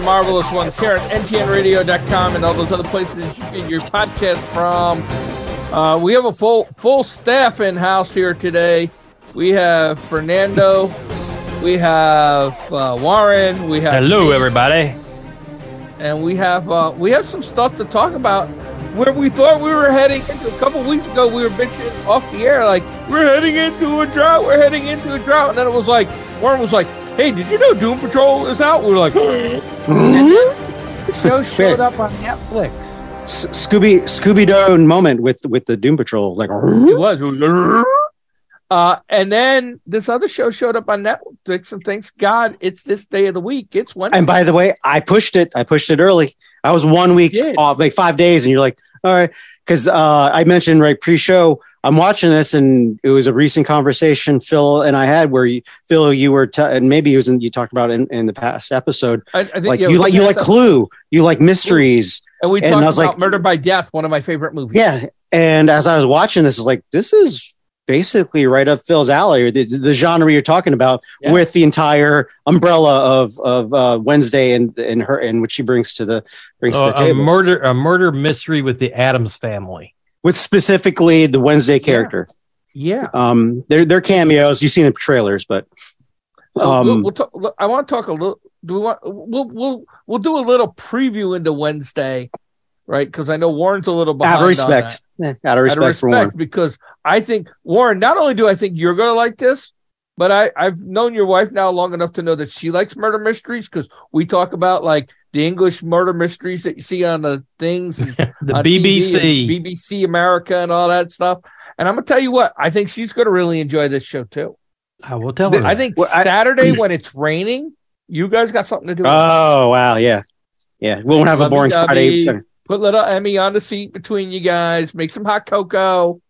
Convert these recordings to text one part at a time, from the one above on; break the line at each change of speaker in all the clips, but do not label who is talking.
marvelous ones here at ntnradio.com and all those other places you get your podcast from. Uh, we have a full full staff in house here today. We have Fernando, we have uh, Warren, we have
Hello,
Keith,
everybody.
and we have uh, we have some stuff to talk about. Where we thought we were heading into a couple weeks ago, we were bitching off the air like we're heading into a drought. We're heading into a drought, and then it was like Warren was like, "Hey, did you know Doom Patrol is out?" We were like, "The show showed up on Netflix."
S- Scooby Scooby Doo moment with with the Doom Patrol, like
It was. It was, Uh, and then this other show showed up on Netflix, and thanks God it's this day of the week. It's Wednesday.
And by the way, I pushed it. I pushed it early. I was one week
You did.
off, like five days, and you're like, all right, because uh, I mentioned right pre-show. I'm watching this, and it was a recent conversation Phil and I had where you, Phil, you were, t- and maybe it was in, you talked about it in, in the past episode,
I, I think
like
yeah, it
you
was
like you like
Wednesday.
Clue, you like mysteries,
and we
and I
talked
was
about
like-
Murder by Death, one of my favorite movies.
yeah. And as I was watching this, I was like, this is basically right up Phil's alley, the, the genre you're talking about,
Yeah.
with the entire umbrella of of uh, Wednesday and and her and what she brings to the brings
Uh,
to the
a
table.
murder, a murder mystery with the Adams family.
with specifically the Wednesday character.
yeah.
Um, they're they're cameos. You've seen the trailers, but
So
um,
we'll, we'll talk, look, I want to talk a little. Do we want? We'll we'll we'll do a little preview into Wednesday, right? Because I know Warren's a little behind.
out of
on
respect, yeah, out of
that. Out
respect,
of
for Warren.
because I think Warren. Not only do I think you're going to like this, but I I've known your wife now long enough to know that she likes murder mysteries because we talk about like the English murder mysteries that you see on the things and
The
on TV and
BBC.
BBC America, and all that stuff. And I'm gonna tell you what, I think she's gonna really enjoy this show too.
I will tell
The-
her.
I
that.
think
Well, I-
Saturday when it's raining, you guys got something to do.
Oh wow, yeah, yeah. We won't have a boring
WWE.
Friday. Sorry.
Put little Emmy on the seat between you guys. Make some hot cocoa.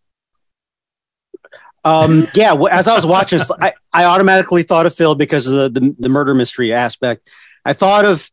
Um, yeah, well, as I was watching, this, I, I automatically thought of Phil because of the, the the murder mystery aspect. I thought of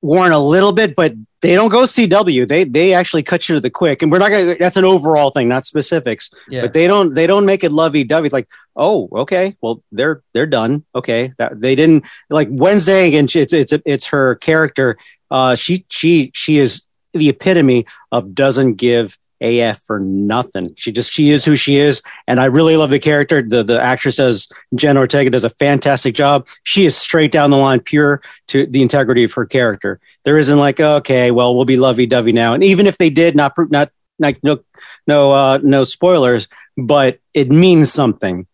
Warren a little bit, but they don't go CW. They they actually cut you to the quick, and we're not gonna. That's an overall thing, not specifics.
Yeah,
But they don't they don't make it lovey dovey. Like, oh, okay, well they're they're done. Okay, that, they didn't like Wednesday, and she- it's it's it's her character. Uh, she she she is the epitome of doesn't give AF for nothing. She just she is who she is, and I really love the character. The the actress does Jen Ortega does a fantastic job. She is straight down the line, pure to the integrity of her character. There isn't like okay, well we'll be lovey dovey now, and even if they did not pro- not like no no uh, no spoilers, but it means something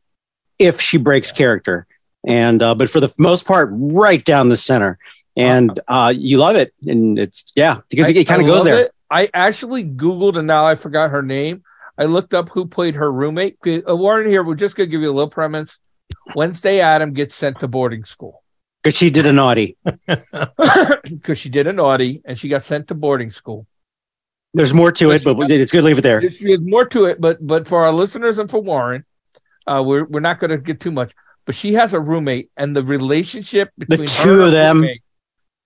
if she breaks character. And uh, but for the most part, right down the center, and uh, you love it, and it's yeah because it,
I-
it kind
I
of goes
love
there.
it. I actually Googled and now I forgot her name. I looked up who played her roommate. Uh, Warren here, we're just gonna give you a little premise. Wednesday, Adam gets sent to boarding school
Because she did a naughty.
because she did a naughty and she got sent to boarding school.
There's more to
Yes,
it, but
you
it's good to leave it there.
There's, there's more to it, but but for our listeners and for Warren, uh, we're we're not going to get too much. But she has a roommate, and the relationship between her
two
and
of
her
them.
roommate-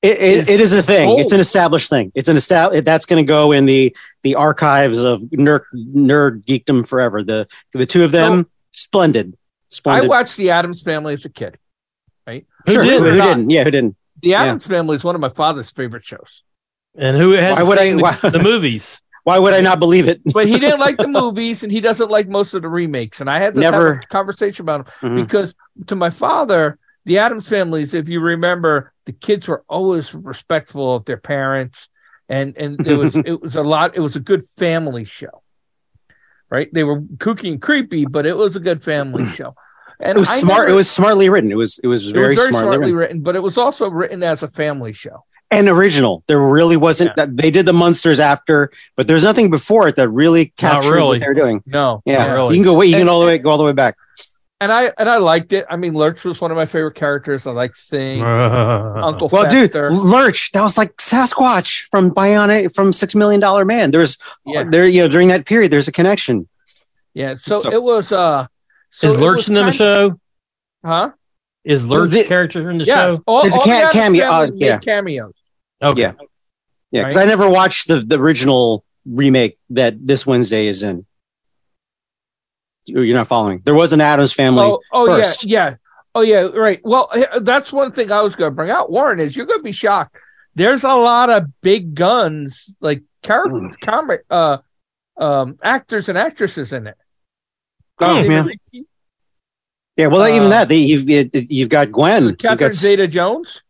It, it, it is a thing.
Oh.
It's an established thing. It's an established. That's going to go in the the archives of nerd nerd geekdom forever. The the two of them, splendid,
I
splendid.
watched the Adams Family as a kid.
Who
sure,
did
who
or not?
didn't? Yeah, who didn't?
The
Yeah.
Adams Family is one of my father's favorite shows,
And who had
Why would I-
seen the-
why-
the, movies?
Why would I not believe it?
but he didn't like the movies, and he doesn't like most of the remakes. And I had this
Never-
conversation about him
Mhm.
because to my father, the Adams Families, if you remember, the kids were always respectful of their parents, and and it was it was a lot. It was a good family show. right? They were kooky and creepy, but it was a good family show. And
It was
I
smart.
never-
it was smartly written. It was it was
it was
very, smartly,
smartly
written.
written, but it was also written as a family show.
and original. There really wasn't. That, they did the monsters after, but there's nothing before it that really captured
really.
what they're doing.
No,
Yeah,
Not really.
you can go. way- You can
And-
all the way go all the way back.
and I and I liked it. I mean, Lurch was one of my favorite characters. I liked seeing
Uh-huh.
Uncle
Well,
Fester.
dude, Lurch, that was like Sasquatch from Bionic from Six Million Dollar Man. There's
Yeah.
there, you know, during that period, there's a connection.
yeah. So,
So-
it was. uh so
is
it
Lurch
was
in the
kind-
show?
Huh?
Is Lurch
the-
character in the
Yeah.
show?
All,
There's a
all
ca-
the Addams
cameo, uh,
Family made
yeah.
cameos.
Okay.
Yeah. Yeah, because
Right.
I never watched the, the original remake that this Wednesday is in. You- You're not following. There was an Adams Family.
Oh, oh
first.
yeah, yeah. Oh yeah, right. Well, h- that's one thing I was going to bring out, Warren. Is you're going to be shocked there's a lot of big guns like character
Mm.
comic uh um actors and actresses in it.
Oh,
David
yeah.
Leitch,
Yeah, well,
Uh,
even that they, you've it, it- you've got Gwen. You've
Catherine
got-
Zeta Jones.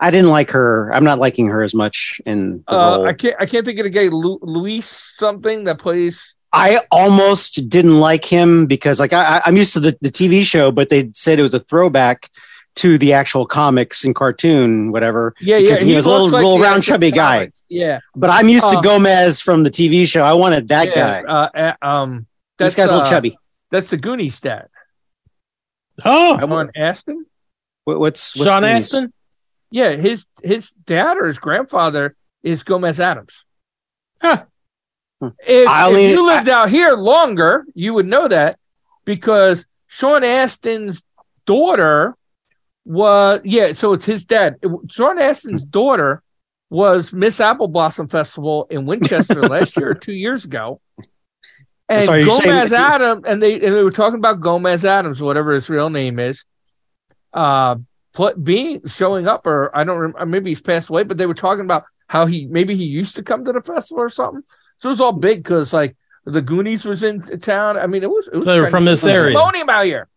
I didn't like her. I'm not liking her as much in the
Uh,
role.
I can't I can't think of the guy Lu- Luis something that plays
I almost didn't like him because like I, I- I'm used to the, the TV show, but they said it was a throwback to the actual comics and cartoon, whatever.
yeah
Because
yeah
he was a little-
looks
little
the
round,
actual
chubby guy.
comics. Yeah,
But I'm used
Uh,
to Gomez from the TV show. I wanted that
yeah,
guy.
Uh, uh, um, that's
this guy's a little
uh,
chubby.
That's the Goonies stat.
Oh,
I
Sean
want
Aston.
what, what's, what's
Sean
Goonies?
Astin.
Yeah, his his dad or his grandfather is Gomez Adams.
Huh.
Hmm.
If,
I
if
only-
you lived out here longer, you would know that because Sean Astin's daughter was yeah. So it's his dad. It- Sean Astin's daughter was Miss Apple Blossom Festival in Winchester last year or two years ago. And
sorry, you're saying
Gomez
that you-
Adams, and they and they were talking about Gomez Adams, whatever his real name is. Uh, pl- being showing up, or I don't remember, maybe he's passed away, but they were talking about how he maybe he used to come to the festival or something. So it was all big because like the Goonies was in town. I mean, it was it was
They were from
kinda-
this
it was
area.
Pandemonium out here.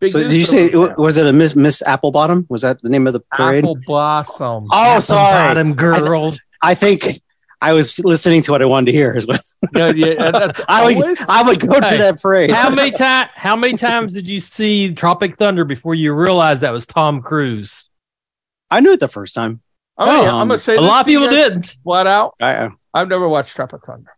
Big
So
news
did you
for
say
the town.
was it a Miss Miss Applebottom? Was that the name of the parade?
Apple Blossom?
oh, sorry.
Bottom girls.
I think I was listening to what I wanted to hear. Is what
No, yeah, that- that's
I would
always-
I would go to
Hey.
that parade.
How many time? How many times did you see Tropic Thunder before you realized that was Tom Cruise?
I knew it the first time.
Oh, I'm, gonna,
Um,
I'm gonna say
A
this
lot of
to you
people
guys
didn't.
flat out.
I, I-
I've never watched Tropic Thunder.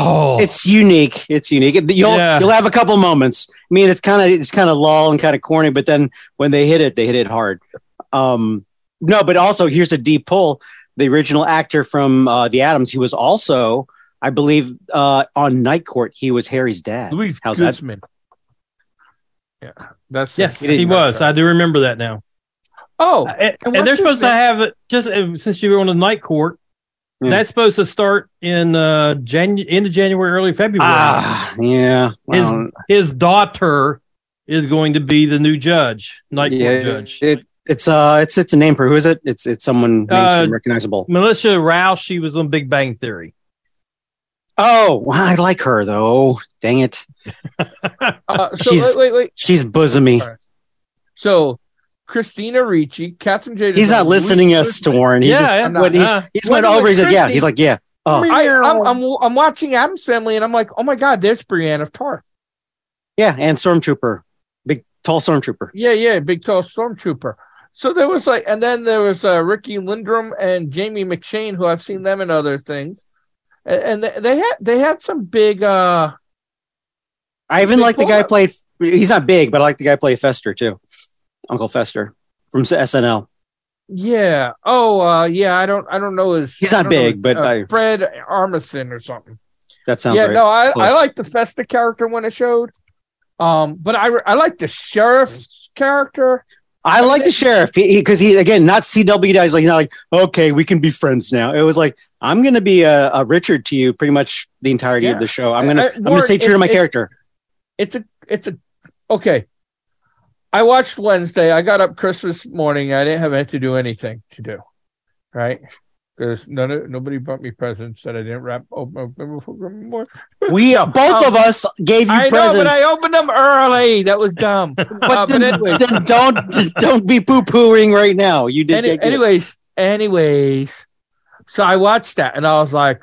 Oh,
It's unique. It's unique. It- You'll
Yeah.
you'll have a couple moments. I mean, it's kind of it's kind of lull and kind of corny, but then when they hit it, they hit it hard. Um, no, but also here's a deep pull. The original actor from uh, the Adams, he was also, I believe, uh, on Night Court. He was Harry's dad.
Louise
How's that?
Guzman. Yeah, that's
yes,
It is-
he was. I do remember that now.
oh,
and, and
what's
they're
his
supposed to
name?
have it just uh, since you were on the night court.
Yeah.
That's supposed to start in uh Janu- end of January, early February.
Ah, yeah.
His-
Well,
His daughter is going to be the new judge, night
yeah,
court judge.
It, it's uh, it's it's a name for who is it? It's it's someone mainstream
Uh,
recognizable.
Melissa Rouse, she was on Big Bang Theory.
Oh, well, I like her though. Dang it,
uh, so
she's-
wait, wait, wait.
she's bosomy.
So Christina Ricci, Catherine Jada.
He's not listening us to Warren. He
yeah,
just
yeah.
I'm not-
what he-
uh,
He's
When
went
he was
over. He said, "Yeah."
Christy-
He's like, "Yeah." Oh,
I, I'm, I'm I'm watching Adam's Family, and I'm like, oh my god, there's Brienne of Tarth.
yeah. And stormtrooper, big tall stormtrooper.
Yeah, yeah, big tall stormtrooper. So there was like, and then there was uh, Ricky Lindrum and Jamie McShane, who I've seen them in other things, A- and, they, they had they had some big. uh
I even
Big
like the
tall
guy
guy.
played. He's not big, but I like the guy play Fester too, Uncle Fester from S- SNL.
Yeah. Oh, uh yeah. I don't. I don't know his.
He's not
I don't know
big,
his-
but
uh,
I-
Fred Armisen or something.
That sounds
yeah.
right.
No, I, I
Close.
like the Festa character when it showed. Um, but I I like the sheriff's character.
I like the sheriff because he, again not CW guys. Like he's not like okay, we can be friends now. It was like I'm gonna be a, a Richard to you pretty much the entirety
Yeah.
of the show. I'm
I-
gonna
I-
I, am
Warren,
gonna stay true to
it's-
my
it's-
character.
It's a it's a okay. I watched Wednesday. I got up Christmas morning. I didn't have to do anything to do, right? Because none of, nobody brought me presents that I didn't wrap open, open before Christmas morning.
We uh, both
Um,
of us gave you
I
presents.
know, but I opened them early. That was dumb. Uh,
But then,
anyway.
then don't don't be poo pooing right now. You did.
Any-
get gifts.
anyways, anyways. So I watched that and I was like,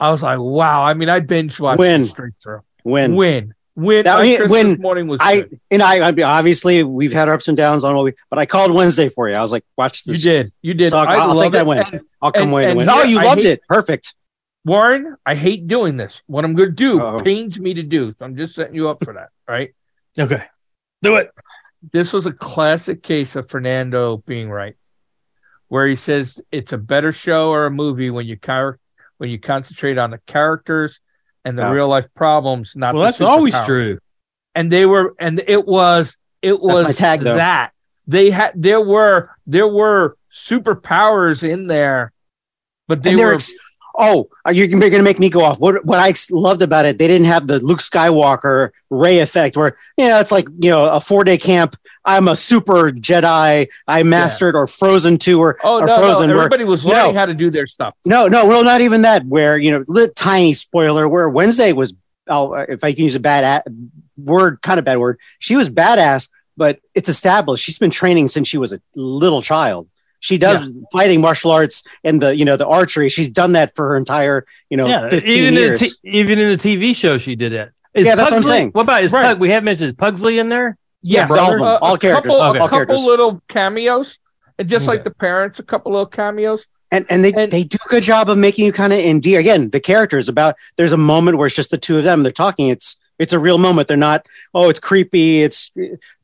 I was like, wow. I mean, I binge watched
Win.
it straight through.
when
Win. Win.
Now,
on
he-
Christmas
win.
morning was
I
good.
and I, I mean, obviously we've had our ups and downs on what we, but I called Wednesday for you. I was like, watch
You
this.
did. You did.
So I'll- I'll
love
take that
it.
win.
And,
I'll come
And-
away
and
and win.
here-
oh, you
I
loved
hate-
it. Perfect.
Warren, I hate doing this. What I'm going to do
Uh-oh.
pains me to do. So I'm just setting you up for that. Right.
okay, do it.
This was a classic case of Fernando being right, where he says it's a better show or a movie when you char- when you concentrate on the characters and the
Yeah.
real life problems, not
Well,
the
that's always
superpowers.
true.
and they were and it was it
my
was
tag, though.
that they had there were there were superpowers in there but they
and they're
were
ex- oh, are you, you're going to make me go off. What what I loved about it, they didn't have the Luke Skywalker Ray effect, where you know it's like you know a four day camp. I'm a super Jedi. I mastered or Frozen two or
Oh
or
no,
Frozen
no,
where-
everybody was learning
No.
how to do their stuff.
no, no, well, not even that. Where you know, lit, tiny spoiler. Where Wednesday was, oh, if I can use a bad a- word, kind of bad word. She was badass, but it's established. She's been training since she was a little child. She does fighting martial arts and the you know the archery. She's done that for her entire you know
yeah,
fifteen
even in, the
years.
t- even in the TV show, she did it. Is
Yeah, that's what I'm saying.
What about is
Right.
Pug? We have mentioned is Pugsley in there.
yeah,
brother.
all of them,
Uh,
all
a
characters,
couple,
Okay.
a
all
couple
characters,
little cameos, and just like
Okay.
the parents, a couple little cameos.
and and they
and-
they do a good job of making you kind of endear. Again, the characters about there's a moment where it's just the two of them. They're talking. It's it's a real moment. They're not. Oh, it's creepy. It's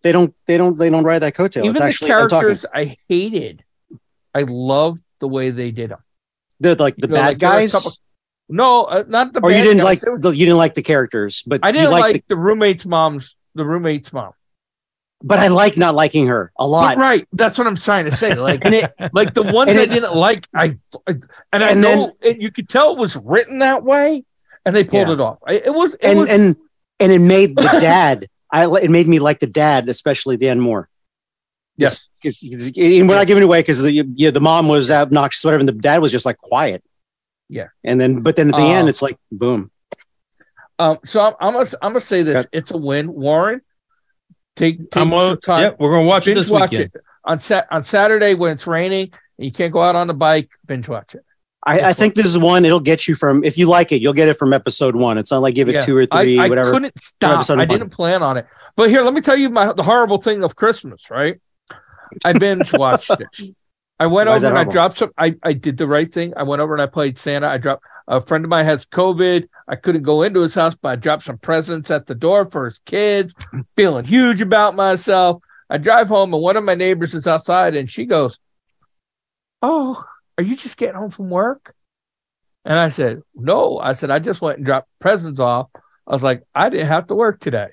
they don't they don't they don't ride that coattail.
Even
it's
the
actually them talking.
characters I hated, I loved the way they did them.
They're like the
You know,
bad
like, there were a
guys,
couple- No, uh, not the.
or you
bad
didn't
guys.
like
There was-
the, you didn't like the characters, but
I
you
didn't
liked
like
the-
the roommate's mom's. The roommate's mom.
but I like not liking her a lot.
But right, that's what I'm trying to say. Like,
And it,
like the ones
And
I
it-
didn't like, I, I- and I
And then-
know it, you could tell it was written that way, and they pulled
Yeah.
it off. I- It was, it
and
was
and and it made the dad. I li- it made me like the dad, especially the end more.
Yes.
because we're not giving it away because the yeah, the mom was obnoxious, whatever, and the dad was just like quiet.
Yeah.
and then but then at the
Uh,
end, it's like boom.
Um, so I'm, I'm gonna I'm gonna say this.
Got-
It's a win, Warren. Take, take
I'm
some
on,
time.
yep, we're gonna watch it
binge
this
watch
weekend.
it on sat on Saturday when it's raining and you can't go out on the bike. Binge watch it.
I, I think this is one. It'll get you from if you like it, you'll get it from episode one. It's not like give it
Yeah.
two or three,
I, I
whatever.
couldn't stop.
episode
I
one.
didn't plan on it. But here, let me tell you my the horrible thing of Christmas. Right, I binge watched it. I went
Why is
over
that
and I
horrible?
dropped some. I, I did the right thing. I went over and I played Santa. I dropped a friend of mine has COVID. I couldn't go into his house, but I dropped some presents at the door for his kids. Feeling huge about myself. I drive home and one of my neighbors is outside and she goes, Oh, are you just getting home from work? And I said, No. I said, I just went and dropped presents off. I was like, I didn't have to work today.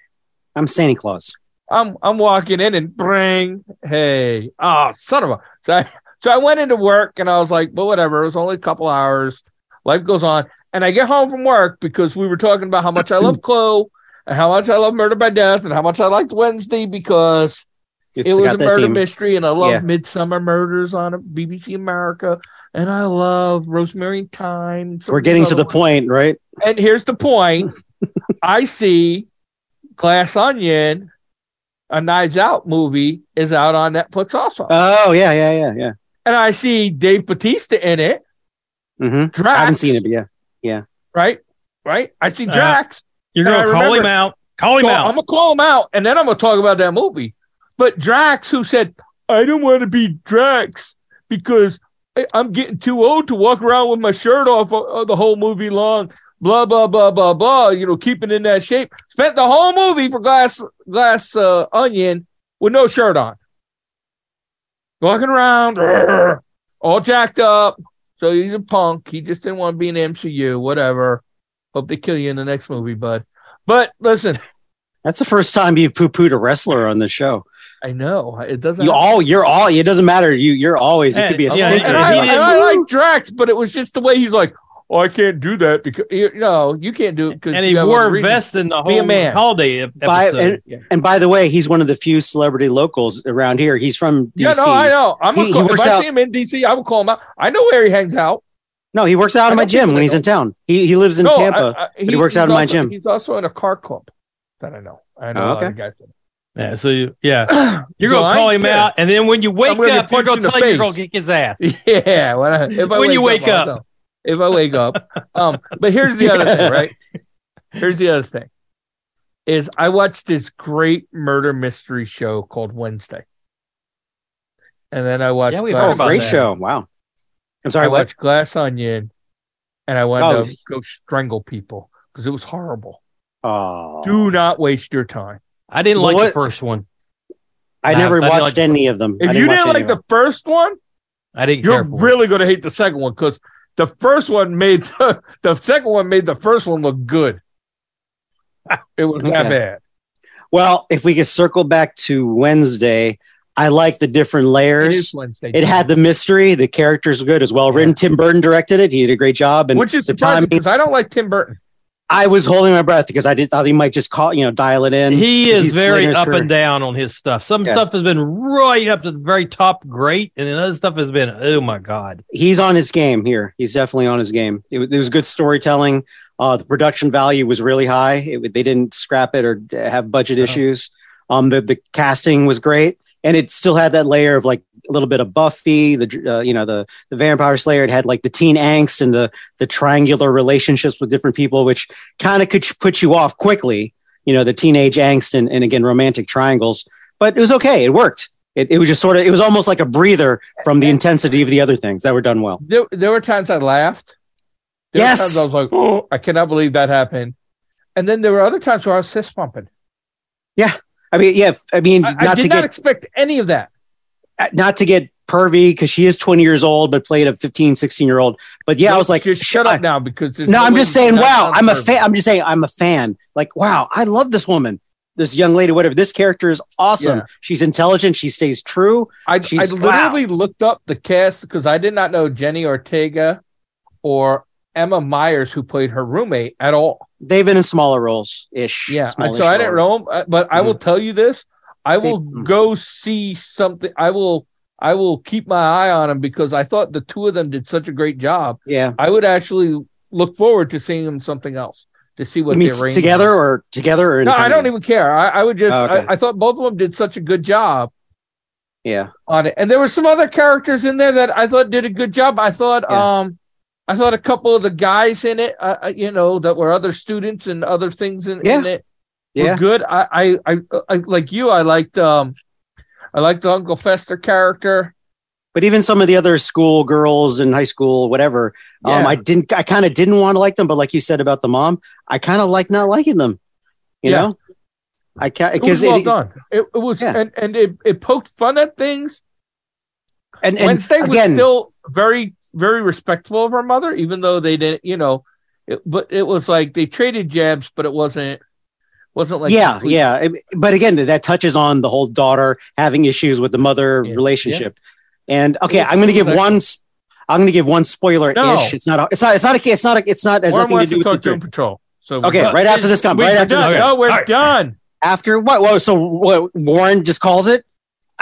I'm Santa Claus.
I'm I'm walking in and bring, hey, oh son of a so I, so I went into work and I was like, well, whatever, it was only a couple hours. Life goes on. And I get home from work because we were talking about how much I love Clue and how much I love Murder by Death and how much I liked Wednesday because
It's
it was
got
a
that
murder
theme.
mystery, and I love
Yeah.
Midsummer Murders on BBC America, and I love Rosemary and Time. and some
We're
of these
getting to
other
the
ones.
point, right?
And here's the point: I see Glass Onion, a Knives Out movie, is out on Netflix also,
Oh yeah, yeah, yeah, yeah.
and I see Dave Batista in it.
hmm
Drax,
I haven't seen it, but yeah,
right, right. I see
Uh,
Drax.
You're
And
gonna
I
call him
remember-
out. Call him
So
out.
I'm gonna call him out, and then I'm gonna talk about that movie. But Drax, who said, "I don't want to be Drax because I- I'm getting too old to walk around with my shirt off uh, uh, the whole movie long." Blah blah blah blah blah. You know, keeping in that shape. Spent the whole movie for glass glass uh, onion with no shirt on, walking around "Rrr," all jacked up. So he's a punk. He just didn't want to be in the MCU. Whatever. Hope they kill you in the next movie, bud. But listen,
that's the first time you've poo pooed a wrestler on this show.
I know it doesn't.
You all, you're all. It doesn't matter. You, you're always. You could be a
Yeah,
yeah,
stinker.
and,
yeah,
I,
he
and
didn't-
I like Drax, but it was just the way he's like, "Oh, I can't do that because you know you can't do it because
and
you
he
have
wore
other
a
reasons."
vest in the
Be a
whole
man.
holiday ep-
By-
episode.
and- And by the way, he's one of the few celebrity locals around here. He's from DC.
Yeah, no, I know. I'm
He-
gonna
he
call, if
works
I
out-
see him in DC, I will call him out. I know where he hangs out.
No, he works out
I
in my
don't think
gym
they
when he's in town. He he lives in
no, I-
Tampa.
I-
he works out
he's
in my
also-
gym.
He's also in a car club that I know. I know
Oh,
a lot
okay.
of guys.
yeah, so you- yeah,
that-
you're
So
gonna
I
call
ain't
him
scared.
out, and then when you wake
gonna get
up, you're
punched in
gonna
the
tell him you're
face.
gonna kick his ass.
Yeah, when, I, if I
When you wake
I'll know. if I wake up. Um, but here's the other thing, right? Here's the other thing: is I watched this great murder mystery show called Wednesday, and then I watched
Yeah, we heard
Glass
Oh,
about
great
that.
show! Wow.
I
I'm sorry. What?
watched Glass Onion, and I wanted
Oh.
to go strangle people because it was horrible.
Oh,
Do not waste your time.
I didn't
Well,
like the
what-
first one.
I
Nah, I
never
didn't
watched
like-
any of them.
If
I
you
watch
didn't
any
like
of
the
them.
first one,
I didn't
you're
care for it.
really going to hate the second one because the first one made the second one made the first one look good. It was that
Okay.
bad.
well, if we could circle back to Wednesday, I like the different
It
layers.
is Wednesday.
It had the mystery. The characters were good as well written. Tim Burton directed it. He did a great job. And
which is
the
surprising
timing-
because I don't like Tim Burton.
I was holding my breath because I did thought he might just call, you know, dial it in.
He
He's
is very
Slater's
up
career.
and down on his stuff. Some
Yeah.
stuff has been right up to the very top, great, and then other stuff has been, oh my god.
He's on his game here. He's definitely on his game. It, wa- it was good storytelling. Uh, the production value was really high. It, wa- they didn't scrap it or have budget
No.
issues. Um, the the casting was great, and it still had that layer of like a little bit of Buffy, the dr- uh, you know the the Vampire Slayer. It had like the teen angst and the the triangular relationships with different people, which kind of could put you off quickly. You know the teenage angst and, and again romantic triangles, but it was okay. It worked. It, it was just sort of it was almost like a breather from the intensity of the other things that were done well.
There, there were times I laughed. There
Yes.
were times I was like, oh, I cannot believe that happened. And then there were other times where I was fist pumping.
I mean, yeah, I mean,
I, I
not
did
to
not
get
expect any of that.
not to get pervy because she is 20 years old but played a 15 16 year old but yeah i
Well,
was like
just shut
I-
up now because there's
no, i'm
way
just
you
saying
cannot
wow
sound
i'm a
perfect.
fan i'm just saying i'm a fan like wow i love this woman this young lady whatever this character is awesome
Yeah.
she's intelligent she stays true
I, I
She's-
literally looked up the cast because I did not know Jenny Ortega or Emma Myers, who played her roommate, at all.
they've been in smaller roles ish
Yeah, and
smallish
so I didn't
roles.
know him, uh, but I will tell you this: I
They-
will
mm.
go see something. I will, I will keep my eye on him because I thought the two of them did such a great job.
yeah
I would actually look forward to seeing them something else to see
I
what
mean,
their range
together
is.
or together or
No, I don't
independent?
even care. I, I would just.
Oh, okay.
I, I thought both of them did such a good job
yeah
on it. And there were some other characters in there that I thought did a good job. I thought,
Yeah.
um, I thought a couple of the guys in it, uh, uh, you know, that were other students and other things in,
Yeah.
in it were
yeah
good. I, I, I, I, like you, I liked, um, I liked the Uncle Fester character.
but even some of the other school girls in high school whatever um
Yeah.
i didn't i kind of didn't want to like them but like you said about the mom i kind of like not liking them you
Yeah.
know i can't
It was
because e-
well done. It, it was,
Yeah.
and, and it, it poked fun at things.
and, and
Wednesday was
again
still very, very respectful of her mother, even though they didn't, you know, it, but it was like they traded jabs, but it wasn't, wasn't like
yeah
complete-
yeah It- but again that touches on the whole daughter having issues with the mother
Yeah.
relationship and okay
Yeah,
i'm gonna give
exactly.
one s- i'm gonna give one spoiler ish
No.
it's not a, it's not it's not a it's not a, it's not as
Warren
nothing
wants
to
to
do with the
talk Doom
third.
Patrol. So
Okay,
we're-
right after this comes,
we-
right
we're
after this
done.
comes.
No, we're
All right.
done.
after what whoa so what, warren just calls it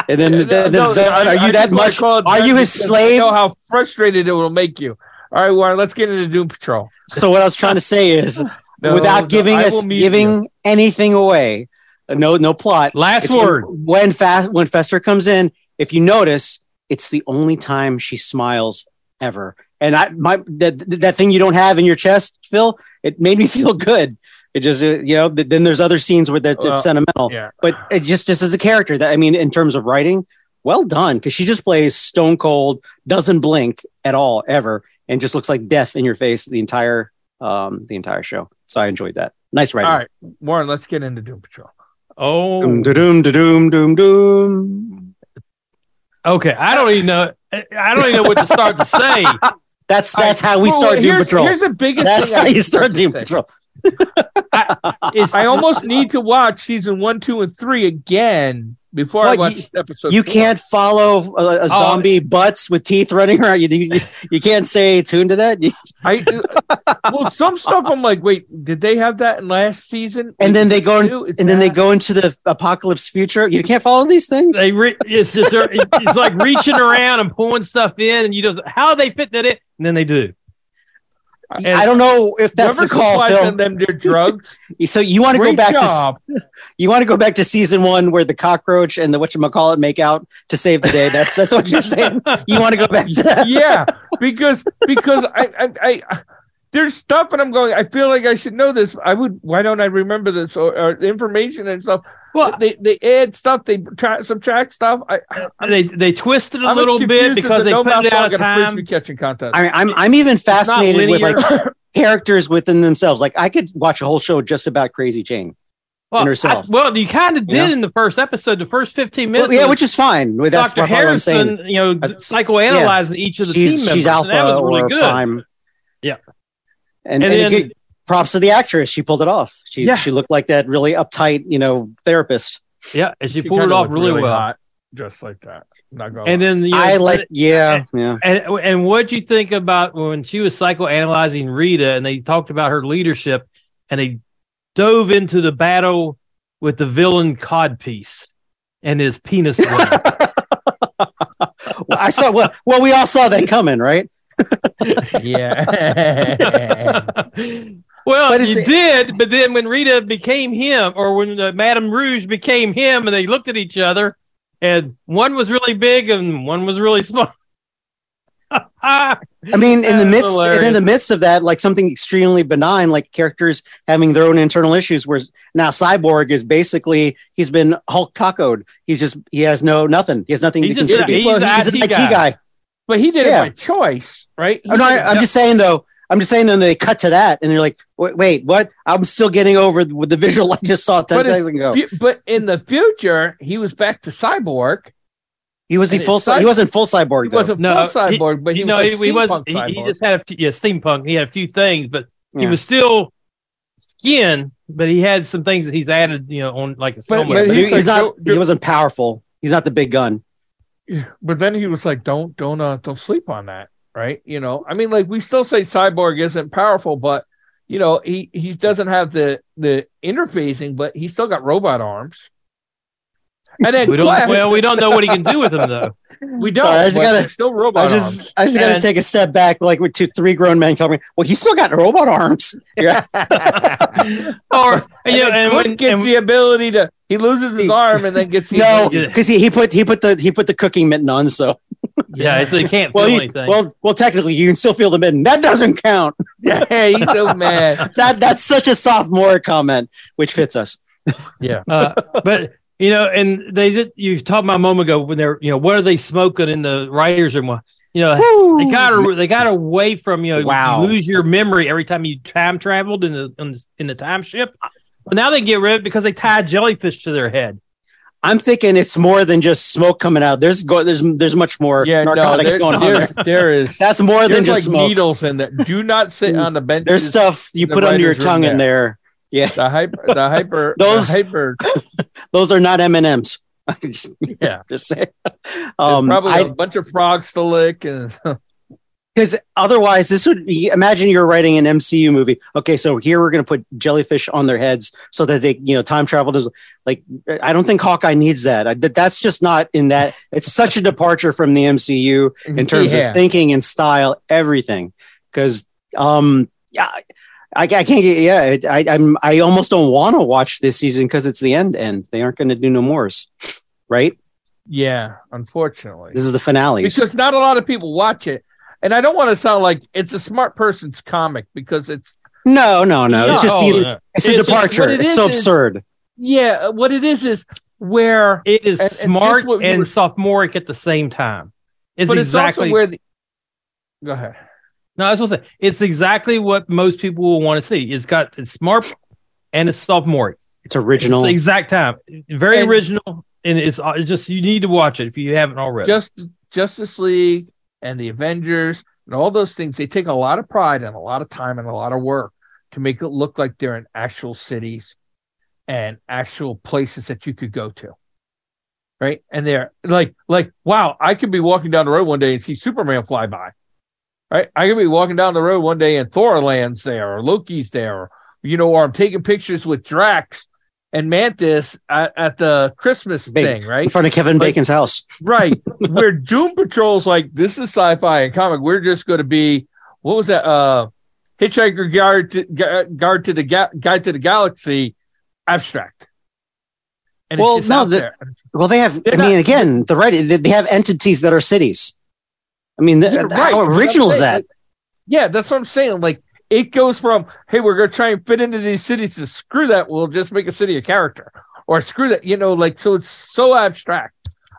and then,
No,
then,
no,
so
I-
are
I
you that
just wanna
much
call it
are
done
you his
because I
slave?
Know how frustrated it will make you. All right, Warren. Let's get into Doom Patrol
So what I was trying to say is,
No,
without
no,
giving
I
us
will mute
giving anything away, uh, no no plot.
Last
it's
word.
When, when fast when Fester comes in, if you notice, it's the only time she smiles ever. And I my that that thing you don't have in your chest, Phil, it made me feel good. It just uh, you know. th- Then there's other scenes where that's
Well,
it's sentimental,
yeah.
but it just just as a character that I mean, in terms of writing, well done because she just plays stone cold, doesn't blink at all ever, and just looks like death in your face the entire um the entire show. So I enjoyed that. Nice
you.
writing.
All right, Warren. Letlet's get into Doom Patrol.
Oh
Doom doom doom doom doom.
okay. I don't even know I I don't even know what to start to say.
That's
All right,
that's how we
well,
start Doom
here's,
Patrol.
Here's the biggest
That's
thing.
how
I
you
can
start
to
Doom
say.
Patrol.
It's
I almost need to watch season one, two, and three again before I
Well,
watch
you-
episode.
You
four.
can't follow
Oh,
a, a zombie butts with teeth running around. You, you, you can't say tune to that. You-
I well, some stuff I'm like, wait, did they have that in last season?
And then they go in,
It's
and then they
that.
go into the apocalypse future. You can't follow these things.
they re- it's just it's like reaching around and pulling stuff in and you just how they fit that in and then they do. And-
I don't know if that's
Whoever
the call,
supplies
Phil.
them their drugs.
So you want to go
great
back to
job.
you want to go back to season one where the cockroach and the whatchamacallit make out to save the day. That's that's what you're saying. You want to go back to that.
yeah, because because I, I I I- there's stuff, and I'm going. I feel like I should know this. I would. Why don't I remember this or, or the information and stuff?
Well,
They they add stuff. They tra- subtract stuff. I, I
they they twist it a
I'm as
little
confused
bit
as
because
a
they
no
put
mouth
it out
dog
of
at a
time.
frisbee catching contest.
I mean, I'm I'm even
not
fascinated with like
linear.
characters within themselves. Like I could watch a whole show just about Crazy Jane.
well,
herself.
I- well, you kind of did
Yeah.
in the first episode, the first 15 minutes.
Well, yeah,
was
which is fine. Well, That's
Dr.
what I'm saying.
Harrison, you know,
As-
psychoanalyzing each of the team
She's
members.
she's
and
alpha
that was really
or
good.
prime.
Yeah.
and,
And
and,
then-
good- props to the actress. She pulled it off. She
Yeah.
she looked like that really uptight, you know, therapist.
Yeah, and she,
She
pulled it
kinda
off
looked
really, well.
hot. just like that. I'm not going.
And then you know,
I like, yeah, yeah.
And, and what'd you think about when she was psychoanalyzing Rita and they talked about her leadership and they dove into the battle with the villain Codpiece and his penis? ring?
Well, I saw. Well, well, we all saw that coming, right?
yeah.
well,
But it's-
you did, but then when Rita became him, or when uh, Madame Rouge became him, and they looked at each other, and one was really big and one was really small.
I mean, in the
That's
midst and in the midst of that, like something extremely benign, like characters having their own internal issues. Whereas now Cyborg is basically he's been Hulk tacoed. He's just he has no nothing. He has nothing
he's
to
just a,
contribute.
he's
Well,
an
he's
he's an
IT
IT
guy.
guy.
but he did
Yeah.
it by choice, right? He
Oh, no,
did-
I, am just saying though. I'm just saying then they cut to that and they're like, wait, wait, what? I'm still getting over with the visual I just saw ten
But it's
seconds ago.
fu- but in the future, he was back to cyborg.
He was he
and
full.
it's
cy-
cy-
he wasn't full cyborg.
He
though.
wasn't
No,
full
he-
cyborg, but he
you know,
was like
he, he
steampunk
wasn't.
cyborg.
He, he just had a few, yeah, steampunk. He had a few things, but he
Yeah.
was still skin. But he had some things that he's added, you know, on like a
But-
helmet.
but He's
But he,
like,
he's not.
"Yo, yo-"
He wasn't powerful. He's not the big gun.
but then he was like, "Don't, don't, uh, don't sleep on that." Right? You know, I mean, like we still say cyborg isn't powerful, but you know, he he doesn't have the the interfacing, but he's still got robot arms. And then
we don't,
Clef-
well, we don't know what he can do with them though.
we don't.
Sorry, I just
but
gotta-
they're still robot
I just,
arms.
I just got to
And-
take a step back, like with two, three grown men telling me, "Well, he's still got robot arms." Yeah,
Or
And
you know,
then
and
Cliff
when,
gets
and-
the ability to he loses his
He-
arm and then gets the
no,
ability-
because he, he put he put the he put the cooking mitten on. So
yeah, it's, it can't feel
well, you-
anything.
well, well, technically, you can still feel the mitten. That doesn't count.
yeah, he's so mad.
That that's such a sophomore comment, which fits us.
uh, but you know, and they did. You talked about a moment ago when they're, you know, what are they smoking in the writers' room? Well, You know, they got a, they got away from you know,
Wow.
you lose your memory every time you time traveled in the in the, in the time ship. Well, now they get rid of it because they tie jellyfish to their head.
I'm thinking it's more than just smoke coming out. There's go, there's there's much more
yeah,
narcotics
no,
going
there,
on there.
there- there is
That's more than
there's like
just smoke.
needles in there. Do not sit on the bench.
There's stuff you
the
put under your
writer's room
tongue in there. Yeah,
the hyper the hyper
Those-
the hyper
those are not M and M's. Just
yeah.
just saying.
There's
Um,
probably
I-
a bunch of frogs to lick and
Because otherwise, this would be, imagine you're writing an MCU movie. Okay, so here we're going to put jellyfish on their heads so that they, you know, time travel does like. I don't think Hawkeye needs that. I, that that's just not in that. It's such a departure from the MCU in terms
yeah.
of thinking and style, everything. Because um, yeah, I, I can't get yeah. It, I I'm I almost don't want to watch this season because it's the end. End. They aren't going to do no mores, right?
yeah, unfortunately.
This is the finale.
because not a lot of people watch it. And I don't want to sound like it's a smart person's comic because it's
No, no, no. It's just
No,
the, it's a
It's just-
departure.
what Oh, it
it's so
is is-
absurd.
yeah, what it is is where
it is
And- and just
smart
what
and,
we were-
sophomoric at the same time. It's
but
exactly
it's also where the go ahead.
No, I was gonna say it's exactly what most people will want to see. It's got it's smart and it's sophomore.
It's original.
It's the exact time. Very
And-
original. And it's, uh, it's just you need to watch it if you haven't already.
Just Justice League and the Avengers and all those things, they take a lot of pride and a lot of time and a lot of work to make it look like they're in actual cities and actual places that you could go to. Right. And they're like, like, wow, I could be walking down the road one day and see Superman fly by. Right. I could be walking down the road one day and Thor lands there or Loki's there, or, you know, or I'm taking pictures with Drax and Mantis at, at the Christmas
Big.
thing. Right.
in front of Kevin
Like-
Bacon's house.
Right. Where Doom Patrol's like, this is sci-fi and comic. We're just going to be what was that? Uh, Hitchhiker guard to, Gu- guard to the ga- guide to the galaxy, abstract. And
Well,
it's just
no,
out
the-
there.
Well, they have.
They're
I mean, again, the right. They they have entities that are cities. I mean, th-
You're right.
how
That's what
original
I'm
is
saying.
that?
Like, yeah, that's what I'm saying. Like it goes from hey, we're going to try and fit into these cities to screw that. We'll just make a city a character or screw that. You know, like so it's so abstract.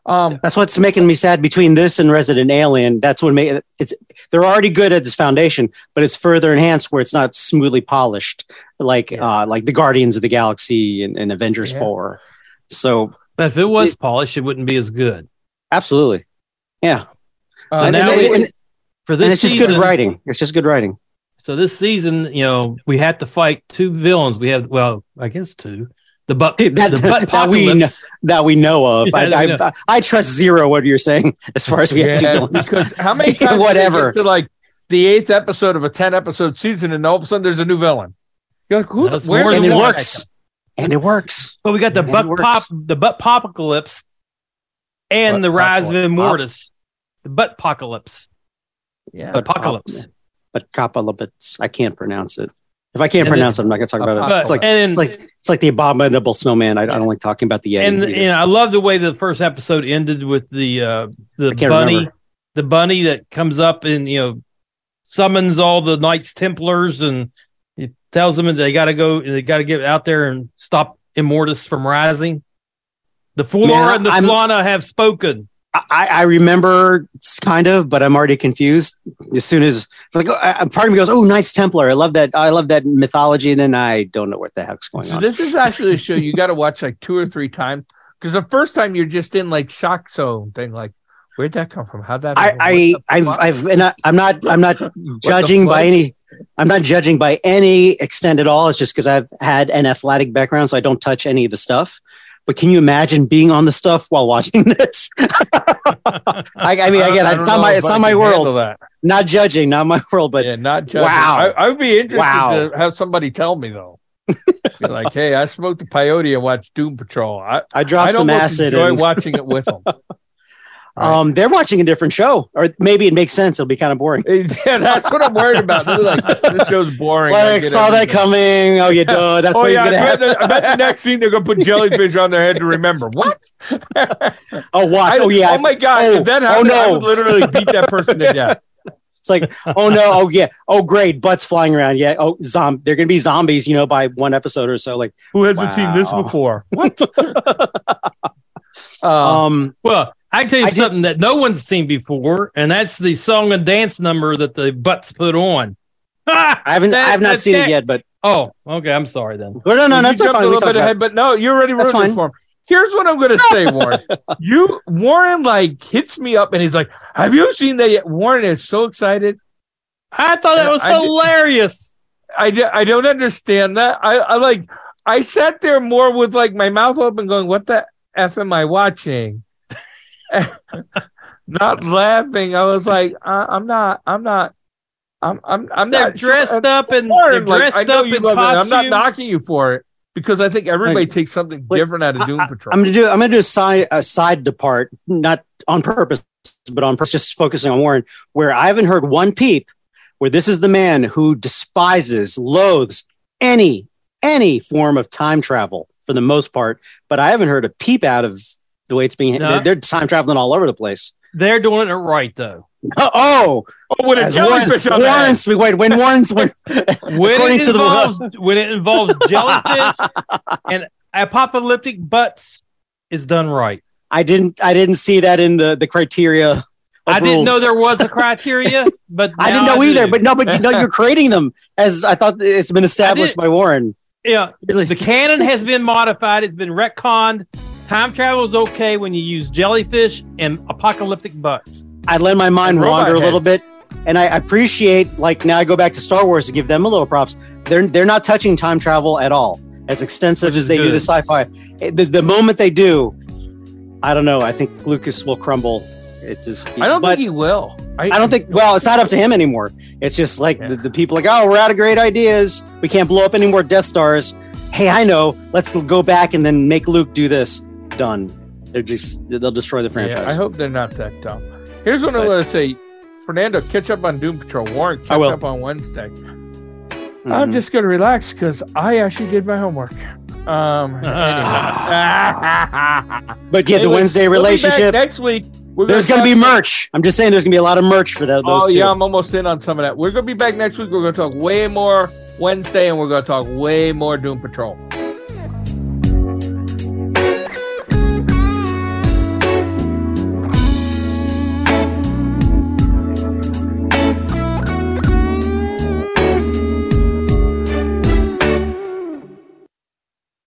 Um,
That's what's making me sad. Between this and Resident Alien, that's what made it's. They're already good at this foundation, but it's further enhanced where it's not smoothly polished, like
Yeah.
uh, like the Guardians of the Galaxy and, and Avengers
Yeah.
Four. So
but if it was polished, it wouldn't be as good.
absolutely,
uh,
So
and,
and
now
and-
it-
we-
and-
For this
and it's just
season,
good writing. It's just good writing.
So this season, you know, we had to fight two villains. We have well, I guess two. The butt,
That-
the butt
that we kn-
apocalypse.
that we know of.
Yeah,
I,
that
I,
we know.
I, trust zero what you're saying as far as we have
Yeah,
two villains.
because how many times do they
Whatever.
get to like the eighth episode of a ten episode season, and all of a sudden there's a new villain. You're like, who?
That's
where
more
the
And it
villain
works. And it works.
But we got the
And it
butt
works.
pop, the butt apocalypse, and
Butt
the rise of
popalypse.
Immortus. The butt apocalypse.
Yeah.
But
Apocalypse.
But Copalabits, I can't pronounce it. If I can't
And Uh,
pronounce it, I'm not going to talk about it.
But,
It's like
and
it's like it's like the abominable snowman. I, I don't like talking about the Yeti.
and
either.
and I love the way the first episode ended with the uh the
I can't
bunny,
remember.
the bunny that comes up and you know summons all the Knights Templars and it tells them that they got to go, they got to get out there and stop Immortus from rising. The flora
Man,
and the
I'm-
fauna have spoken.
I, I remember s- kind of, but I'm already confused. As soon as it's like, oh, I, I- part of me goes, "Oh, nice Templar! I love that. I love that mythology." And then I don't know what the heck's going
So
on.
this is actually a show you got to watch like two or three times because the first time you're just in like shock zone thing, like where'd that come from? How'd that?
I,
happen?
I,
What the
I've,
fuck?
I've, and I, I'm not, I'm not
What the
judging by
fuck?
any. I'm not judging by any extent at all. It's just because I've had an athletic background, so I don't touch any of the stuff. But can you imagine being on the stuff while watching this? I, I mean,
don't-
again,
I
it's
don't
not
know
my,
if
it's
I
not
can
my
handle
world.
That.
Not judging, not my world. But
yeah, not judging.
Wow.
I, I would be interested
Wow.
to have somebody tell me though. Be like, hey, I smoked a peyote and watched Doom Patrol. I,
I
I
dropped
don't
some acid.
enjoy
and-
watching it with them. Right.
Um, they're watching a different show, or maybe it makes sense. It'll be kind of boring.
yeah, that's what I'm worried about. They're like, this show's boring. I
Like,
get
saw that
everything.
coming. Oh, you know, that's
oh
what
yeah, I
he's gonna
bet,
have.
the, I bet the next scene they're gonna put jellyfish on their head to remember. What?
Oh, watch.
I-
oh, yeah.
Oh my god!
Oh,
if that
oh,
happened, I
no.
would literally beat that person to death.
it's like, oh no. Oh yeah. Oh great, butts flying around. Yeah. Oh, zom. They're gonna be zombies, you know, by one episode or so. Like,
Who hasn't seen this
Wow.
before? What? Uh,
um,
Well, I can tell you
I did-
something that no one's seen before, and that's the song and dance number that the butts put on. Ah!
I haven't,
that-
I have not
that's
seen
it.
it yet, but
oh, okay. I'm sorry then.
no, no, no,
you
that's
jumped
fine.
A
We
little
talked
bit
about. it.
ahead, but no, you already
That's
ruined it
fine.
for him. Here's what I'm gonna say, Warren. you Warren like hits me up and he's like, "Have you seen that yet?" Warren is so excited.
I thought that
Yeah,
was
I did-
hilarious.
I, d- I don't understand that. I, I like I sat there more with like my mouth open, going, "What the f am I watching?" not laughing. I was like, I, "I'm not. I'm not. I'm. I'm. I'm
They're
not sure."
dressed
And
up and
Warren,
they're
like,
dressed
I know
up
you
in
love it. I'm
costumes.
not knocking you for it because I think everybody
Like-
takes something
like,
different out of
I-
Doom Patrol.
I'm gonna do. I'm gonna do a side a side depart, not on purpose, but on purpose, just focusing on Warren, where I haven't heard one peep. Where this is the man who despises, loathes any any form of time travel for the most part, but I haven't heard a peep out of the way it's being.
No.
they're- They're time traveling all over the place.
They're doing it right though.
oh,
Oh,
with a
as Warren-
jellyfish on their head.
Warren's. we Wait, when Warren's when
When
According
it
to the-
involves when it involves jellyfish and apocalyptic butts is done right.
I didn't I didn't see that in the the criteria. of
I didn't know
rules.
there was a criteria, but
I didn't
now
know
I
either,
do.
but no, but you know, you're creating them as I thought it's been established by Warren.
yeah,
He's like,
The canon has been modified. It's been retconned. Time travel is okay when you use jellyfish and apocalyptic butts.
I let my mind
And robot
wander a
head.
little bit, and I appreciate like now I go back to Star Wars to give them a little props. They're they're not touching time travel at all, as extensive as they do
good.
the sci-fi. It- The, the moment they do, I don't know. I think Lucas will crumble. It just
I don't
but
think he will.
I don't think. Well, it's not up to him anymore. It's just like the, the people like, oh, we're out of great ideas. We can't blow up any more Death Stars. Hey, I know. Let's go back and then make Luke do this. Done. They're just they'll destroy the franchise.
Yeah, I hope they're not that dumb. Here's what I'm
But-
going to say. Fernando, catch up on Doom Patrol. Warren, catch
will. Mm-hmm.
up on Wednesday. I'm
Mhm.
just going to relax because I actually did my homework. Um, anyway.
Ah. but yeah,
Hey,
the
look,
Wednesday
We'll be back
relationship.
next week. We're
There's
gonna
going to be
talk-
merch. I'm just saying, there's going to be a lot of merch for that, those
Oh
two.
yeah, I'm almost in on some of that. We're going to be back next week. We're going to talk way more Wednesday, and we're going to talk way more Doom Patrol.